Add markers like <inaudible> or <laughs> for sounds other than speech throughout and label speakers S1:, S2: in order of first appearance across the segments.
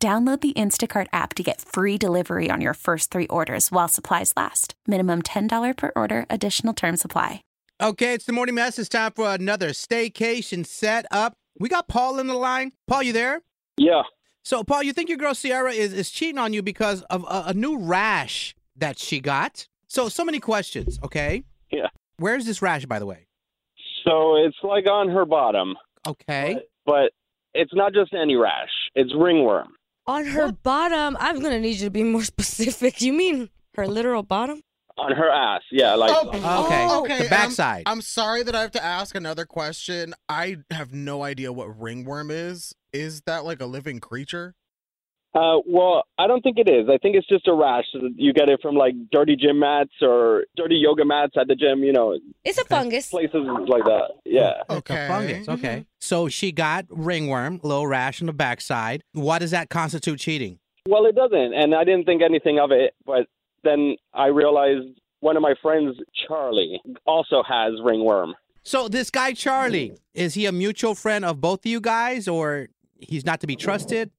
S1: Download the Instacart app to get free delivery on your first three orders while supplies last. Minimum $10 per order, additional term supply.
S2: Okay, it's the morning mess. It's time for another staycation set up. We got Paul in the line. Paul, you there?
S3: Yeah.
S2: So, Paul, you think your girl Sierra is, is cheating on you because of a, a new rash that she got? So, so many questions, okay?
S3: Yeah.
S2: Where's this rash, by the way?
S3: So it's like on her bottom,
S2: Okay.
S3: but it's not just any rash. It's ringworm.
S4: On her bottom, I'm gonna need you to be more <laughs> specific. You mean her literal bottom?
S3: On her ass. Yeah, like uh,
S2: Okay. The backside.
S5: Oh, I'm, I'm sorry that I have to ask another question. I have no idea what ringworm is. Is that like a living creature?
S3: uh well, I don't think it is. I think it's just a rash. You get it from like dirty gym mats or dirty yoga mats at the gym, you know,
S4: It's a fungus.
S3: places like that. Yeah.
S2: It's a
S5: Okay. Mm-hmm.
S2: fungus, Mm-hmm. Okay. So she got ringworm, little rash on the backside. Why does that constitute cheating?
S3: Well, it doesn't, and I didn't think anything of it, but then I realized one of my friends, Charlie, also has ringworm.
S2: So this guy Charlie, is he a mutual friend of both of you guys or he's not to be trusted?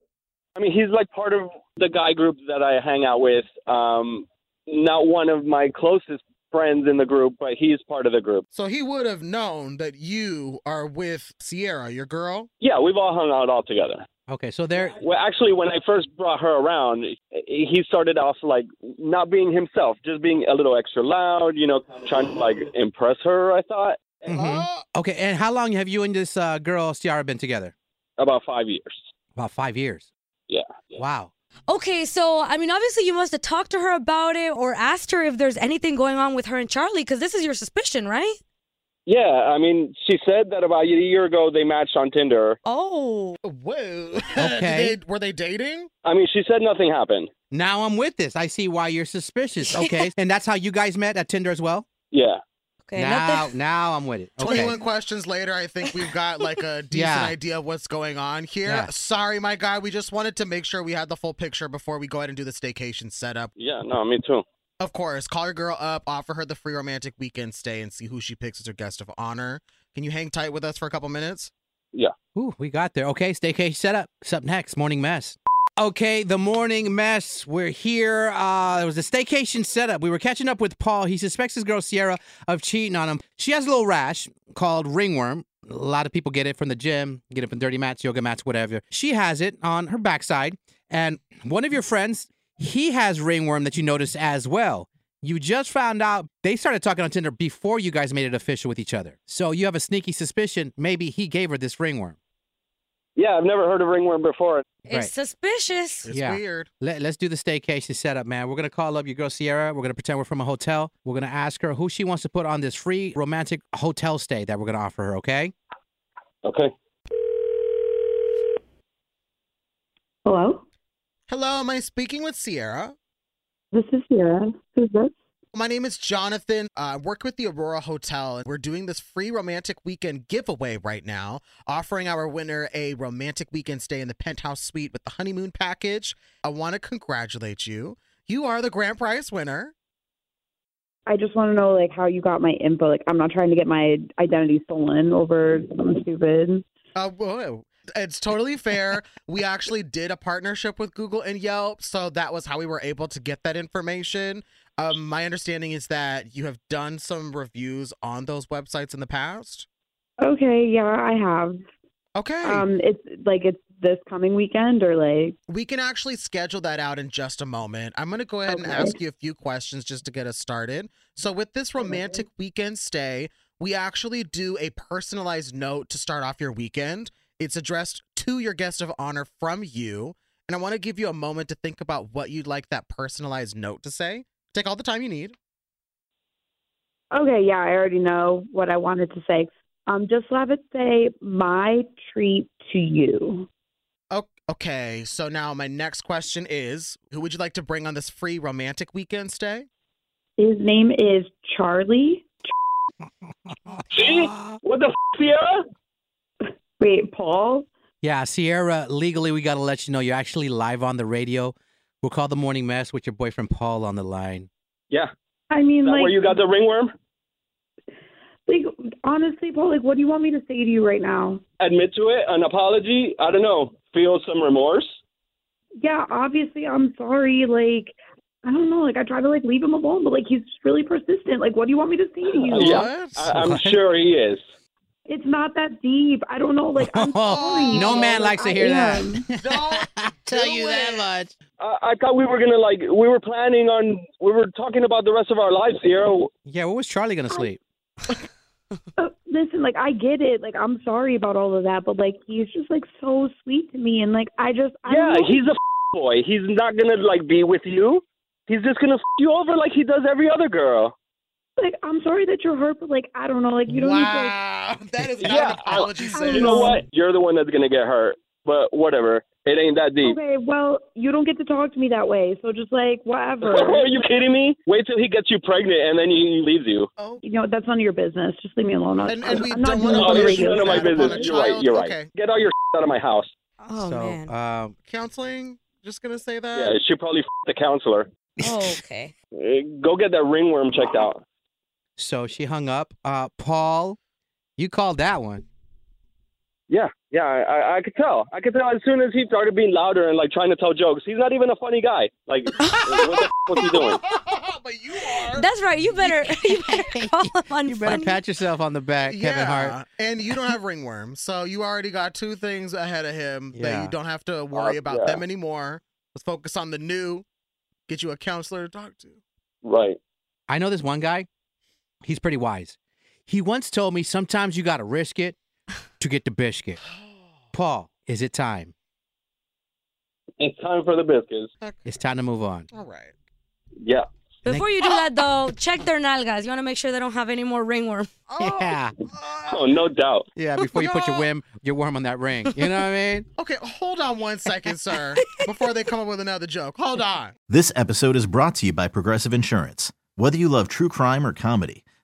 S3: I mean, he's like part of the guy group that I hang out with. Um, not one of my closest friends in the group, but he's part of the group.
S5: So he would have known that you are with Sierra, your girl.
S3: Yeah, we've all hung out all together.
S2: Okay, so there
S3: Well, actually, when I first brought her around, he started off like not being himself, just being a little extra loud, you know, trying to like impress her, I thought,
S2: Mhm.
S5: Oh,
S2: Okay, and how long have you and this uh, girl Ciara been together?
S3: about five years.
S2: About 5 years.
S3: Yeah.
S2: Wow.
S4: Okay, so I mean, obviously you must have talked to her about it or asked her if there's anything going on with her and Charlie, because this is your suspicion, right?
S3: Yeah, I mean, she said that about a year ago they matched on Tinder.
S4: Oh,
S5: whoa. <laughs> Did
S2: Okay.
S5: they- were they dating?
S3: I mean, she said nothing happened.
S2: Now I'm with this. I see why you're suspicious. Okay. and that's how you guys met at Tinder as well?
S3: Yeah.
S4: okay.
S2: now <laughs>
S4: nothing.
S2: now I'm with it. Okay.
S5: 21 questions later, I think we've got like a
S2: <laughs>
S5: decent
S2: Yeah.
S5: idea of what's going on here.
S2: Yeah.
S5: Sorry, my guy. We just wanted to make sure we had the full picture before we go ahead and do the staycation setup.
S3: Yeah, no, me too.
S5: Of course, call your girl up, offer her the free romantic weekend stay, and see who she picks as her guest of honor. Can you hang tight with us for a couple minutes?
S2: Ooh, we got there. Okay, staycation set up. It's up next, morning mess. Okay, the morning mess. We're here. Uh, it was a staycation setup. We were catching up with Paul. He suspects his girl Sierra of cheating on him. She has a little rash called ringworm. A lot of people get it from the gym, get it from dirty mats, yoga mats, whatever. She has it on her backside, and one of your friends, he has ringworm that you notice as well. You just found out they started talking on Tinder before you guys made it official with each other. So you have a sneaky suspicion maybe he gave her this ringworm.
S3: Yeah, I've never heard of ringworm before.
S4: It's
S2: <laughs>
S4: suspicious.
S5: It's
S2: Yeah.
S5: weird.
S2: Let, us do the staycation setup, man. We're going to call up your girl Sierra. We're going to pretend we're from a hotel. We're going to ask her who she wants to put on this free romantic hotel stay that we're going to offer her, okay?
S3: Okay.
S6: Hello,
S5: Hello, am I speaking with Sierra?
S6: this is Sierra. Who's this?
S5: My name is Jonathan. Uh, I work with the Aurora Hotel, and we're doing this free romantic weekend giveaway right now, offering our winner a romantic weekend stay in the penthouse suite with the honeymoon package. I want to congratulate you. You are the grand prize winner.
S6: I just want to know like how you got my info. Like I'm not trying to get my identity stolen over something stupid.
S5: Uh, whoa. It's totally fair. we actually did a partnership with Google and Yelp, so that was how we were able to get that information. Um, my understanding is that you have done some reviews on those websites in the past.
S6: Okay, yeah, I have.
S5: Okay.
S6: Um, it's like it's this coming weekend or like
S5: We can actually schedule that out in just a moment. I'm going to go ahead and
S6: Okay.
S5: ask you a few questions just to get us started. So, with this romantic weekend stay, we actually do a personalized note to start off your weekend. It's addressed to your guest of honor from you. And I want to give you a moment to think about what you'd like that personalized note to say. Take all the time you need.
S6: okay, yeah, I already know what I wanted to say. Um, just have it say my treat to you.
S5: O- Okay, so now my next question is Who would you like to bring on this free romantic weekend stay?
S6: His name is Charlie.
S3: She? What the f- Sierra?
S6: Wait, Paul?
S2: Yeah, Sierra, legally, we got to let you know you're actually live on the radio. We'll call the morning mess with your boyfriend Paul on the line.
S3: Yeah.
S6: I mean,
S3: Is that
S6: like,
S3: where you got the ringworm?
S6: like, honestly, Paul, like, what do you want me to say to you right now?
S3: Admit to it, an apology. I don't know. Feel some remorse.
S6: Yeah, obviously, I'm sorry. Like, I don't know. Like, I try to like leave him alone, but like, he's just really persistent. Like, what do you want me to say to you?
S3: Yeah.
S5: What?
S3: I- I'm
S2: What?
S3: sure he is.
S6: It's not that deep. I don't know. Like, I'm sorry.
S2: no man likes to hear that.
S4: <laughs>
S5: Don't
S2: Tell
S5: do
S2: you
S5: it.
S2: that much.
S3: I, I thought we were gonna like we were planning on we were talking about the rest of our lives here.
S2: <laughs> Yeah, where was Charlie going to sleep?
S6: Uh, listen, like I get it. Like I'm sorry about all of that, but like he's just like so sweet to me, and like I just I
S3: Yeah,
S6: don't know.
S3: he's a f- boy. He's not gonna like be with you. He's just gonna f- you over like he does every other girl.
S6: like I'm sorry that you're hurt, but like I don't know. Like you don't need to. Like,
S5: wow. <laughs> That
S6: <laughs>
S5: is not
S3: Yeah,
S5: an apology,
S6: I- I
S5: sis.
S3: You know what? You're the one that's gonna get hurt. But whatever. It ain't that deep.
S6: Okay, well, you don't get to talk to me that way. So just like
S3: <laughs>
S6: whatever.
S3: Are you kidding me? Wait till he gets you pregnant and then he leaves you.
S5: Oh,
S6: you know that's none of your business. Just leave me alone. I'm-
S5: And- and we
S6: I'm not
S5: don't
S6: doing
S3: Oh,
S5: wanna
S6: this on the
S3: it's
S5: argue
S6: radio.
S3: none of my
S5: that upon
S3: business.
S5: a
S3: You're right.
S5: child?
S3: You're right.
S5: Okay.
S3: Get all your out of my house.
S4: Oh
S2: so,
S4: man.
S2: uh,
S5: counseling? Just going to say that?
S3: Yeah, she probably f- the counselor.
S4: Oh,
S2: <laughs>
S4: okay.
S3: Uh, Go get that ringworm checked out.
S2: so she hung up. Uh, Paul, you called that one.
S3: Yeah, yeah, I, I, I could tell. I could tell as soon as he started being louder and like trying to tell jokes. He's not even a funny guy.
S5: <laughs>
S3: Like, what the f- was he doing?
S5: but you are.
S4: That's right. You better <laughs> you
S2: <laughs>
S4: better call him on
S2: You better
S4: funny.
S2: pat yourself on the back, Kevin Hart.
S5: And you
S2: <laughs>
S5: don't have ringworm. So you already got two things ahead of him that
S2: Yeah.
S5: you don't have to worry
S3: Uh,
S5: about
S3: yeah.
S5: them anymore. Let's focus on the new. Get you a counselor to talk to.
S3: Right.
S2: I know this one guy. He's pretty wise. He once told me sometimes you got to risk it to get the biscuit. Paul, is it time?
S3: It's time for the biscuits.
S2: It's time to move on.
S5: All right.
S3: Yeah.
S4: Before you
S2: <laughs>
S4: do that though, check their nalgas. You want to make sure they don't have any more ringworm.
S2: Yeah.
S5: Uh,
S3: Oh, no doubt.
S2: Yeah, before you put your
S5: No.
S2: whim, your worm on that ring. You know what I mean?
S5: Oh, Okay, hold on one second,
S2: <laughs>
S5: sir, before they come up with another joke. Hold on.
S7: This episode is brought to you by Progressive Insurance. Whether you love true crime or comedy,